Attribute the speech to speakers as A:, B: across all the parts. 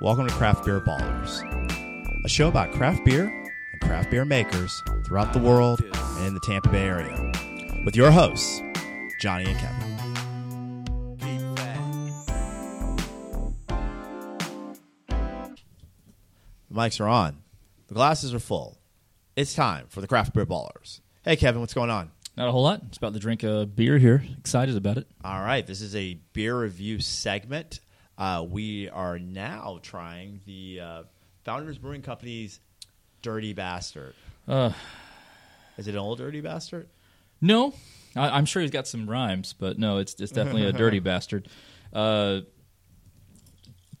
A: Welcome to Craft Beer Ballers, a show about craft beer and craft beer makers throughout the world and in the Tampa Bay area, with your hosts, Johnny and Kevin. The mics are on, the glasses are full. It's time for the Craft Beer Ballers. Hey, Kevin, what's going on?
B: Not a whole lot. Just about to drink a beer here. Excited about it.
A: All right, this is a beer review segment. Uh, we are now trying the uh, Founders Brewing Company's Dirty Bastard.
B: Uh.
A: is it an old Dirty Bastard?
B: No, I, I'm sure he's got some rhymes, but no, it's it's definitely a dirty bastard. Uh,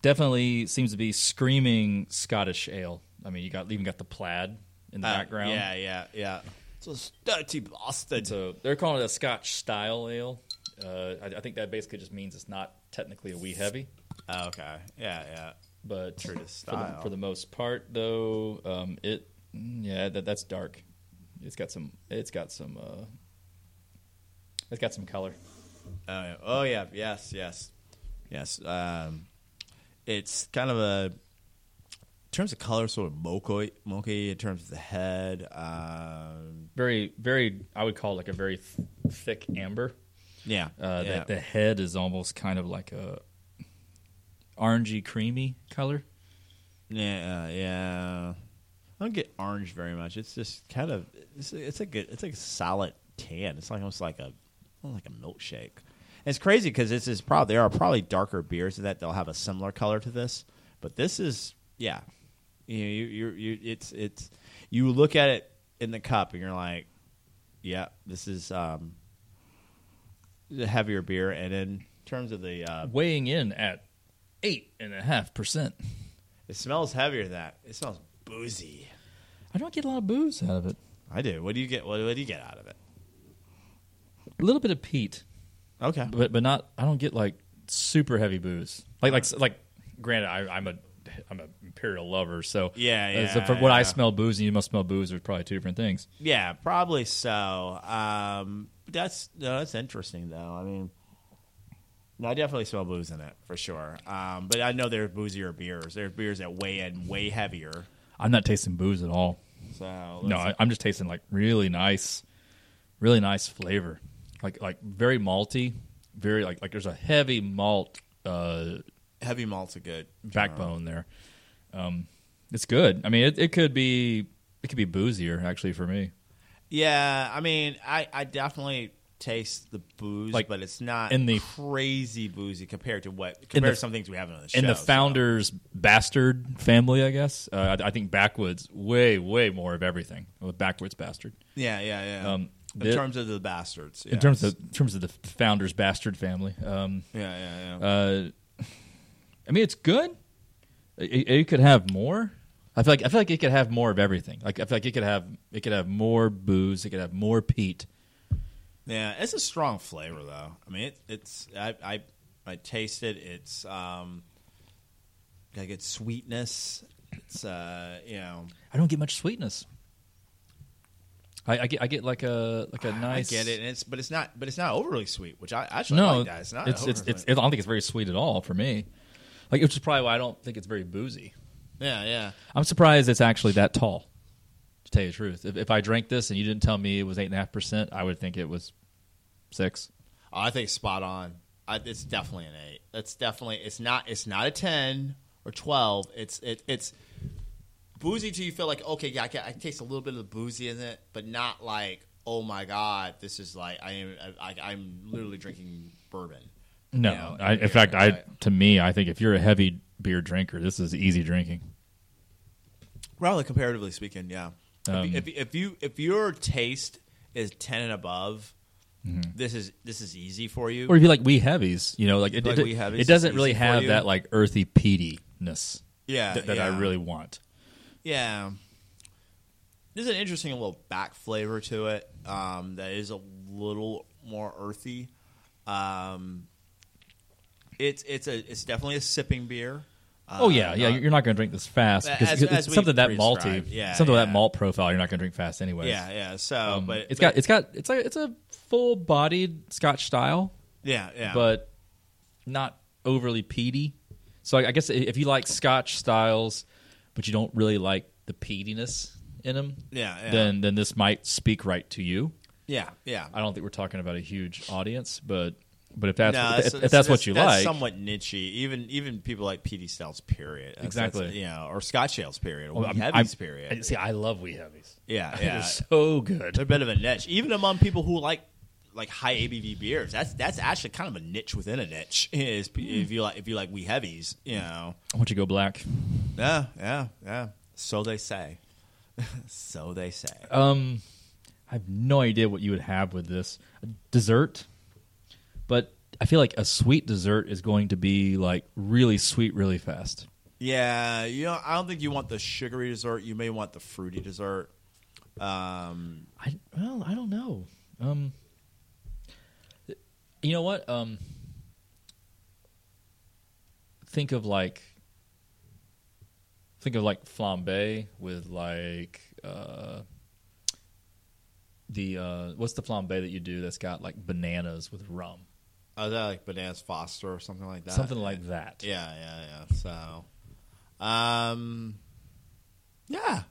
B: definitely seems to be screaming Scottish ale. I mean, you got even got the plaid in the
A: Uh,
B: background.
A: Yeah, yeah, yeah. So it's Dirty Bastard.
B: So they're calling it a Scotch style ale. Uh, I, I think that basically just means it's not technically a wee heavy.
A: Oh, okay, yeah, yeah.
B: but
A: Sure, the
B: For, the,
A: style.
B: for the most part, though, um, it mm, yeah that, that's dark. It's got some. It's got some. Uh, it's got some color.
A: Oh, yeah. Oh, yeah. Yes, yes, yes. Um, it's kind of a in terms of color, sort of mocha, mocha in terms of the head. Um,
B: Very, very. I would call it like a very th- thick amber.
A: yeah, yeah.
B: Uh, that the head is almost kind of like a orangey, creamy color.
A: Yeah, uh, yeah. I don't get orange very much. It's just kind of it's, it's like a it's like a solid tan. It's like almost like a almost like a milkshake. And it's crazy because this is probably there are probably darker beers that they'll have a similar color to this, but this is yeah. You know, you you you it's it's you look at it in the cup and you're like, yeah, this is um a heavier beer. And in terms of the uh,
B: Weighing in at eight and a half percent.
A: it smells heavier than that. It smells boozy.
B: I don't get a lot of booze out of it.
A: I do. What do you get? What, what do you get out of it?
B: A little bit of peat.
A: Okay.
B: but but not I don't get like super heavy booze. Like like like granted I I'm a I'm a imperial lover, so
A: Yeah,
B: uh, so
A: yeah,
B: for what
A: yeah.
B: I smell booze and you must smell booze are probably two different things.
A: Yeah, probably so. Um, that's no, that's interesting though. I mean, no, I definitely smell booze in it for sure. Um, but I know there are boozier beers. There are beers that weigh in way heavier.
B: I'm not tasting booze at all.
A: So
B: No, I, I'm just tasting like really nice, really nice flavor, like like very malty, very like like there's a heavy malt uh,
A: heavy malts are good.
B: backbone there. Um, it's good. I mean, it, it could be it could be boozier actually for me.
A: Yeah, I mean, I, I definitely taste the booze,
B: Like,
A: but it's not
B: in the-
A: crazy boozy compared to what compared
B: the-
A: to some things we have on the show.
B: in the
A: so-
B: founder's bastard family, I guess. Uh, I, I think backwoods way way more of everything. With backwoods bastard
A: yeah, yeah, yeah.
B: Um,
A: in
B: the-
A: terms of the bastards,
B: in terms
A: yes.
B: of in terms of the founder's bastard family. Um,
A: yeah, yeah, yeah.
B: uh, I mean, it's good. It, it could have more. I feel like I feel like it could have more of everything. Like I feel like it could have it could have more booze. It could have more peat.
A: Yeah, it's a strong flavor though. I mean, it, it's I, I I taste it. It's um, I get sweetness. It's uh, you know,
B: I don't get much sweetness. I, I get I get like a like a nice.
A: I get it, and it's but it's not but it's not overly sweet, which I actually
B: no,
A: like that. It's not.
B: It's, it's,
A: overly
B: it's- I don't think it's very sweet at all for me. Like, which is probably why I don't think it's very boozy.
A: yeah, yeah.
B: I'm surprised it's actually that tall. To tell you the truth, if, if I drank this and you didn't tell me it was eight and a half percent, I would think it was six.
A: Oh, I think it's spot on. I, it's definitely an eight. That's definitely. It's not. It's not a ten or twelve. It's it, it's boozy till you feel like okay, yeah, I, can, I taste a little bit of the boozy in it, but not like oh my god, this is like I am I, I'm literally drinking bourbon.
B: No,
A: Yeah,
B: I, in
A: yeah,
B: fact, I
A: right.
B: to me, I think if you're a heavy beer drinker, this is easy drinking.
A: Probably comparatively speaking, yeah.
B: Um,
A: if, if, if you if your taste is ten and above, this is this is easy for you.
B: Mm-hmm. Or if you like wee heavies, you know, like it,
A: Like
B: it,
A: wee heavies,
B: it doesn't
A: it's
B: really
A: easy for
B: have
A: you.
B: that like earthy peatiness
A: yeah,
B: that, that I
A: yeah. Uh,
B: really want.
A: Yeah. There's an interesting little back flavor to it um, that is a little more earthy. Um, it's it's a it's definitely a sipping beer. Uh,
B: Oh yeah, yeah.
A: not-
B: You're not going to drink this fast
A: As- as
B: because it's
A: we
B: something that malty,
A: prescribed. Yeah,
B: something with
A: yeah.
B: that malt profile. You're not going to drink fast anyways.
A: yeah, yeah. So,
B: Um,
A: but but-
B: it's got it's got it's like it's a full bodied Scotch style,
A: yeah, yeah.
B: but not overly peaty. So I, I guess i- if you like Scotch styles, but you don't really like the peatiness in them,
A: Yeah, yeah.
B: then then this might speak right to you.
A: Yeah, yeah.
B: I don't think we're talking about a huge audience, but but if that's
A: No,
B: if, if that's, what you
A: that's
B: like,
A: somewhat niche. Even even people like PD Styles, period. That's-
B: Exactly.
A: that's- yeah, or Scotch Ales, period, or
B: Well,
A: Wee
B: I'm-
A: Heavies,
B: I'm-
A: period.
B: I- See, I love wee heavies.
A: yeah,
B: It
A: yeah.
B: is so good.
A: They're a bit of a niche, even among people who like like high ABV beers. That's that's actually kind of a niche within a niche. Is if you like if you like wee heavies, you know.
B: I want you to go black.
A: Yeah, yeah, yeah. So they say. so they say.
B: Um, I have no idea what you would have with this dessert, but I feel like a sweet dessert is going to be like really sweet, really fast.
A: Yeah, you know, I don't think you want the sugary dessert. You may want the fruity dessert. Um,
B: I well, I don't know. Um, you know what? Um, think of like think of like flambe with like uh, the uh, what's the flambe that you do that's got like bananas with rum,
A: Uh, is that like bananas Foster or something like that?
B: something like that.
A: Yeah, yeah, yeah. So, um, yeah,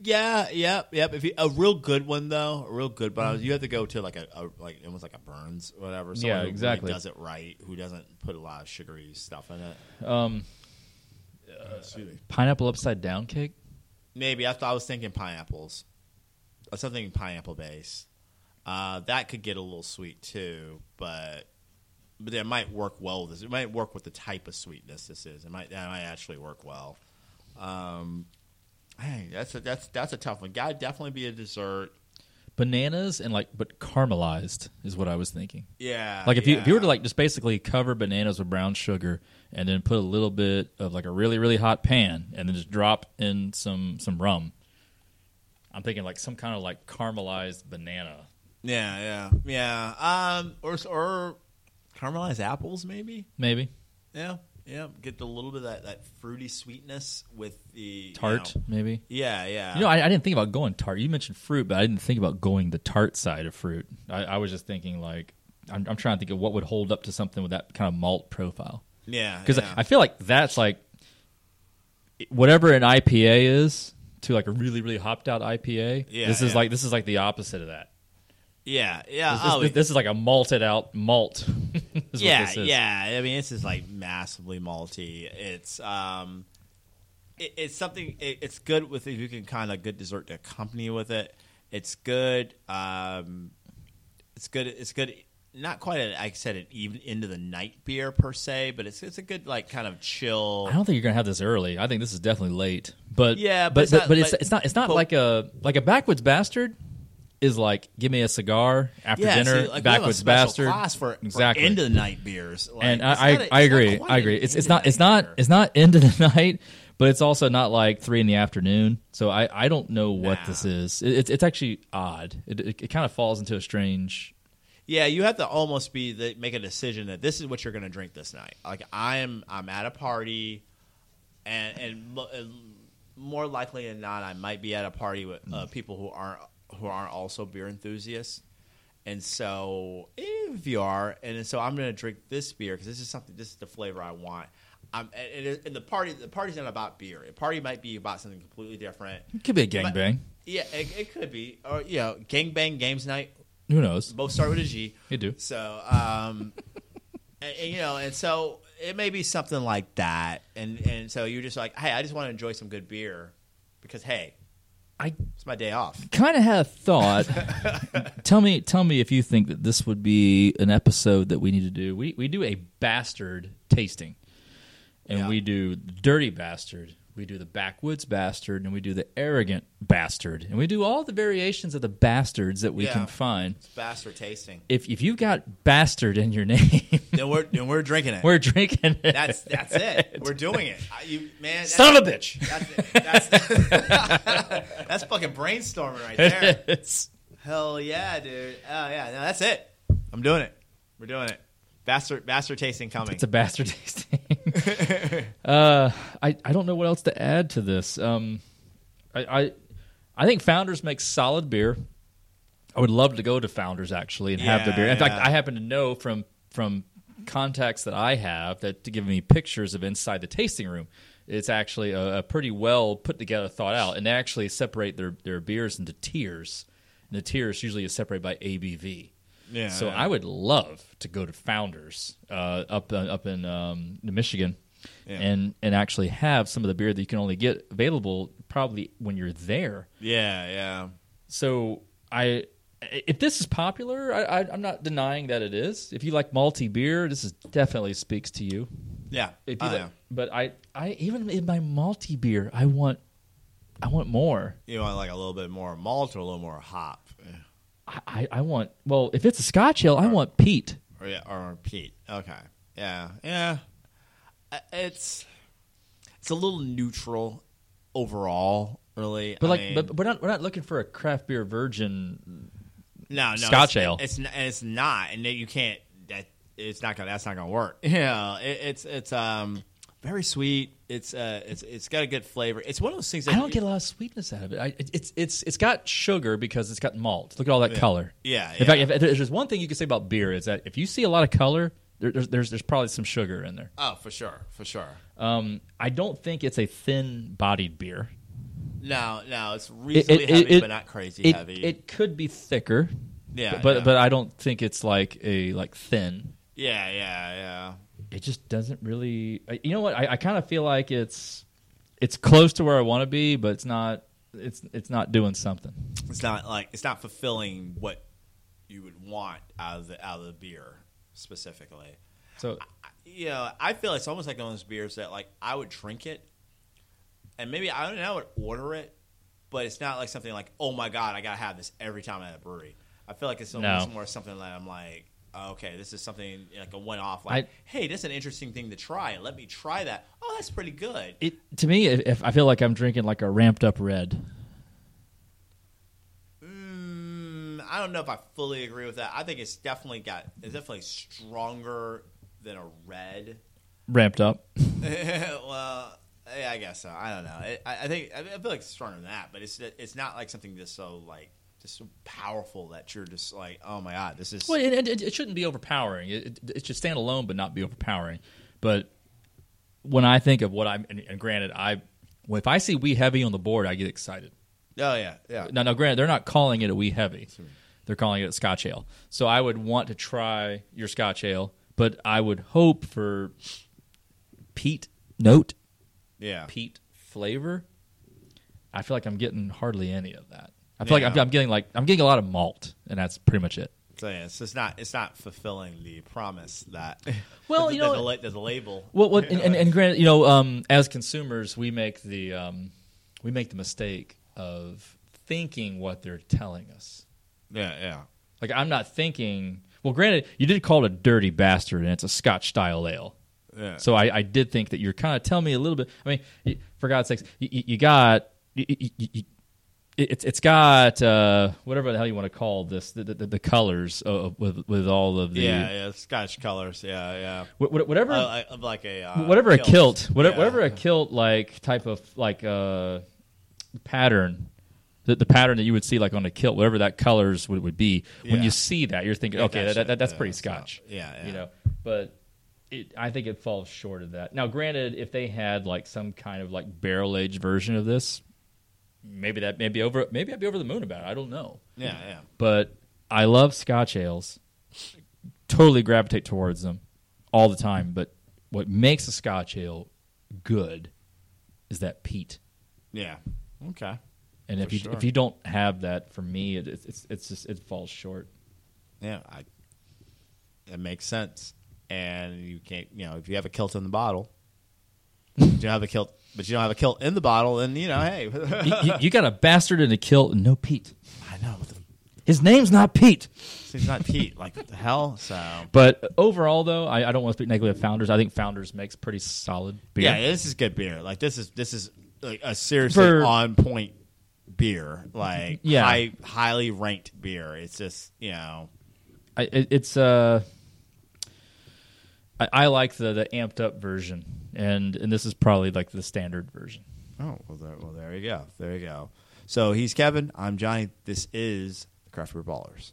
A: yeah, yep, yep. If you, a real good one though, a real good, but you have to go to like a, a like almost like a Burns, or whatever. someone
B: Yeah,
A: who really
B: exactly.
A: does it right, who doesn't put a lot of sugary stuff in it.
B: Um,
A: Excuse me.
B: pineapple upside down cake.
A: Maybe I, thought, I was thinking pineapples, or something pineapple based. Uh, that could get a little sweet too, but but it might work well with this. It might work with the type of sweetness this is. It might that might actually work well. Um, hey, that's a that's that's a tough one. Got to definitely be a dessert.
B: Bananas and like, but caramelized is what I was thinking.
A: Yeah,
B: Like if you if you were to
A: yeah.
B: like just basically cover bananas with brown sugar and then put a little bit of like a really really hot pan and then just drop in some some rum. I'm thinking like some kind of like caramelized banana.
A: yeah, yeah, yeah, um, or or caramelized apples maybe.
B: Maybe
A: Yeah, yeah, get a little bit of that, that fruity sweetness with the you
B: tart,
A: know-
B: maybe.
A: yeah, Uh, yeah.
B: You know, I, I didn't think about going tart. You mentioned fruit, but I didn't think about going the tart side of fruit. I, I was just thinking like I'm, I'm trying to think of what would hold up to something with that kind of malt profile.
A: Yeah,
B: because
A: yeah.
B: I feel like that's like whatever an IPA is to like a really really hopped out IPA.
A: Yeah,
B: this is
A: yeah.
B: like this is like the opposite of that.
A: yeah, yeah,
B: This, this-
A: oh,
B: this, is like a malted out malt. is what
A: yeah,
B: this is.
A: yeah. I mean, this is like massively malty. It's um, it, it's something. It, it's good with if you can kind of good dessert to accompany with it. It's good. Um, it's good. It's good. Not quite, a, I said, an even into the night beer per se, but it's it's a good like kind of chill.
B: I don't think you're gonna have this early. I think this is definitely late. But
A: Yeah, but
B: but
A: it's
B: but,
A: not-
B: but it's
A: but-
B: it's not it's not
A: but-
B: like a like a backwoods bastard is like give me a cigar after dinner.
A: see, like, we have a
B: backwoods
A: special
B: bastard
A: class for,
B: exactly
A: into the night beers. Like,
B: and
A: it's
B: I, I,
A: not a-
B: I
A: it's not
B: agree.
A: quite
B: I
A: an
B: agree. It's it's
A: into
B: not it's
A: night
B: not
A: beer.
B: it's not end of the night, but it's also not like three in the afternoon. So I, I don't know what
A: Nah.
B: this is. It, it's it's actually odd. It it, it kind of falls into a strange.
A: Yeah, you have to almost be the, make a decision that this is what you're going to drink this night. Like I'm, I'm at a party, and and, mo- and more likely than not, I might be at a party with uh, people who aren't who aren't also beer enthusiasts. And so, if you are, and so I'm going to drink this beer because this is something. This is the flavor I want. I'm, and, and- and the party, the party's not about beer. The party might be about something completely different.
B: It could be a
A: But-
B: gangbang.
A: Yeah, it, it could be, or you know, gangbang games night
B: Who knows?
A: both start with a G.
B: They do.
A: So, um, and, and, you know, and so it may be something like that, and and so you're just like, hey, I just want to enjoy some good beer, because hey,
B: I
A: it's my day off.
B: kind of had a thought. tell me tell me if you think that this would be an episode that we need to do. We we do a bastard tasting, and
A: Yeah.
B: we do dirty bastard. We do the backwoods bastard, and we do the arrogant bastard, and we do all the variations of the bastards that we
A: Yeah.
B: can find.
A: It's bastard tasting.
B: If if you've got bastard in your name,
A: then we're then we're drinking it.
B: we're drinking it.
A: that's that's it. We're doing it. I, you man, that's,
B: Son of a bitch.
A: That's, it. that's, that's fucking brainstorming right there.
B: It's-
A: Hell yeah, dude. Oh yeah, no, that's it. I'm doing it. We're doing it. Bastard, bastard tasting coming.
B: It's a bastard tasting. uh, I I don't know what else to add to this. Um, I I, I think Founders makes solid beer. I would love to go to Founders actually and have the
A: Yeah,
B: beer. In fact,
A: yeah.
B: I happen to know from from contacts that I have that to give me pictures of inside the tasting room. It's actually a, a pretty well put together, thought out, and they actually separate their, their beers into tiers. And the tiers usually is separated by ABV.
A: Yeah,
B: So
A: yeah.
B: I would love to go to Founders uh, up uh, up in um, New Michigan,
A: Yeah.
B: and and actually have some of the beer that you can only get available probably when you're there.
A: Yeah, yeah.
B: So I, if this is popular, I, I, I'm not denying that it is. If you like malty beer, this is definitely speaks to you.
A: Yeah.
B: If you
A: Oh,
B: like-
A: yeah.
B: But I, I even in my malty beer, I want, I want more.
A: You want like a little bit more malt or a little more hop. Yeah.
B: I, I, I want. Well, if it's a Scotch ale, I want peat.
A: Or, yeah, or Pete. Okay. Yeah. Yeah. I- It's it's a little neutral overall, really.
B: But
A: I
B: like,
A: mean-
B: but but we're not we're not looking for a craft beer virgin.
A: no, no,
B: Scotch
A: it's,
B: ale.
A: It's n- and it's not, and that you can't. That it's not gonna. That's not gonna work. Yeah. It, it's it's um very sweet. It's uh it's it's got a good flavor. It's one of those things. That
B: I don't get a lot of sweetness out of it. I, it- it's it's it's got sugar because it's got malt. Look at all that color.
A: Yeah.
B: In
A: yeah.
B: fact, if, if there's one thing you can say about beer is that if you see a lot of color, there, there's, there's there's probably some sugar in there.
A: oh, for sure, for sure.
B: Um, I don't think it's a thin-bodied beer.
A: No, no, it's reasonably
B: it-
A: heavy,
B: it-
A: but not crazy
B: It,
A: heavy.
B: it could be thicker.
A: Yeah,
B: but
A: yeah.
B: but I don't think it's like a like thin.
A: yeah, yeah, yeah.
B: It just doesn't really. I- You know what? I, I kind of feel like it's it's close to where I want to be, but it's not. It's it's not doing something.
A: It's not like it's not fulfilling what you would want out of the out of the beer specifically.
B: So
A: You know, I feel it's almost like one of those beers that like I would drink it, and maybe I don't know I would order it, but it's not like something like oh my god I gotta have this every time I'm at a brewery. I feel like it's
B: No.
A: almost more something that I'm like. Okay, this is something like a one-off. Like,
B: I-
A: hey, that's an interesting thing to try. Let me try that. Oh, that's pretty good.
B: it to me, if, if I feel like I'm drinking like a ramped up red.
A: Mm, I don't know if I fully agree with that. I think it's definitely got it's definitely stronger than a red.
B: Ramped up.
A: well, yeah, I guess so. I don't know. I, I think I feel like it's stronger than that, but it's it's not like something that's so like just so powerful that you're just like, oh my god, this is
B: Well, it, it, it shouldn't be overpowering. It, it, it should stand alone, but not be overpowering. But when I think of what I'm, and, and granted, I well, if I see wee heavy on the board, I get excited.
A: oh yeah, yeah,
B: Now, now, granted, they're not calling it a wee heavy; they're calling it a Scotch ale. So I would want to try your Scotch ale, but I would hope for peat note,
A: yeah.
B: peat flavor. I feel like I'm getting hardly any of that. I feel like I'm,
A: Yeah.
B: I'm getting like I'm getting a lot of malt, and that's pretty much it.
A: So yeah, it's just not it's not fulfilling the promise that.
B: Well,
A: that
B: you
A: the-
B: know-
A: that the, la- that the label.
B: Well, what, and, and, and granted, you know, um, as consumers, we make the um, we make the mistake of thinking what they're telling us.
A: yeah, yeah,
B: Like I'm not thinking. Well, granted, you did call it a dirty bastard, and it's a Scotch style ale.
A: yeah.
B: So I, I did think that you're kind of telling me a little bit. I mean, y- for God's sakes, you, you got you, you, you, you- it's it's got uh, whatever the hell you want to call this the, the, the colors of, with with all of the
A: yeah, yeah, Scotch colors. Yeah, yeah.
B: wha- wha- whatever
A: Uh, I- like a uh,
B: whatever a kilt, whatever,
A: Yeah.
B: whatever a kilt like type of like uh, pattern, the, the pattern that you would see like on a kilt, whatever that colors would, would be. When
A: Yeah.
B: you see that, you're thinking,
A: Yeah,
B: okay,
A: that
B: that, that,
A: shit,
B: that's
A: yeah,
B: pretty
A: that's
B: Scotch.
A: not- yeah,
B: you
A: yeah.
B: know. But it, I think it falls short of that. Now, granted, if they had like some kind of like barrel aged version of this, maybe that maybe over maybe I'd be over the moon about it. I don't know
A: Yeah, yeah.
B: but I love Scotch ales. Totally gravitate towards them all the time. But what makes a Scotch ale good is that peat.
A: Yeah. Okay.
B: And if
A: For
B: you
A: sure.
B: if you don't have that, for me, it, it's it's- it's just it falls short.
A: Yeah, I. It makes sense, and you can't. You know, if you have a kilt in the bottle, you don't have a kilt, but you don't have a kilt in the bottle, then you know, hey,
B: you, you- you got a bastard in a kilt and no peat.
A: I know. What the,
B: His name's not Pete.
A: he's not Pete. Like what the hell. So
B: But overall, though, I, I don't want to speak negatively of Founders. I think Founders makes pretty solid beer.
A: yeah, this is good beer. Like this is this is like a seriously
B: For-
A: on point beer. Like
B: Yeah.
A: high, highly ranked beer. It's just you know.
B: I, it, it's uh, I, I like the the amped up version, and and this is probably like the standard version.
A: Oh well, there, well there you go, there you go. So he's Kevin. I'm Johnny. This is the Craft Beer Ballers.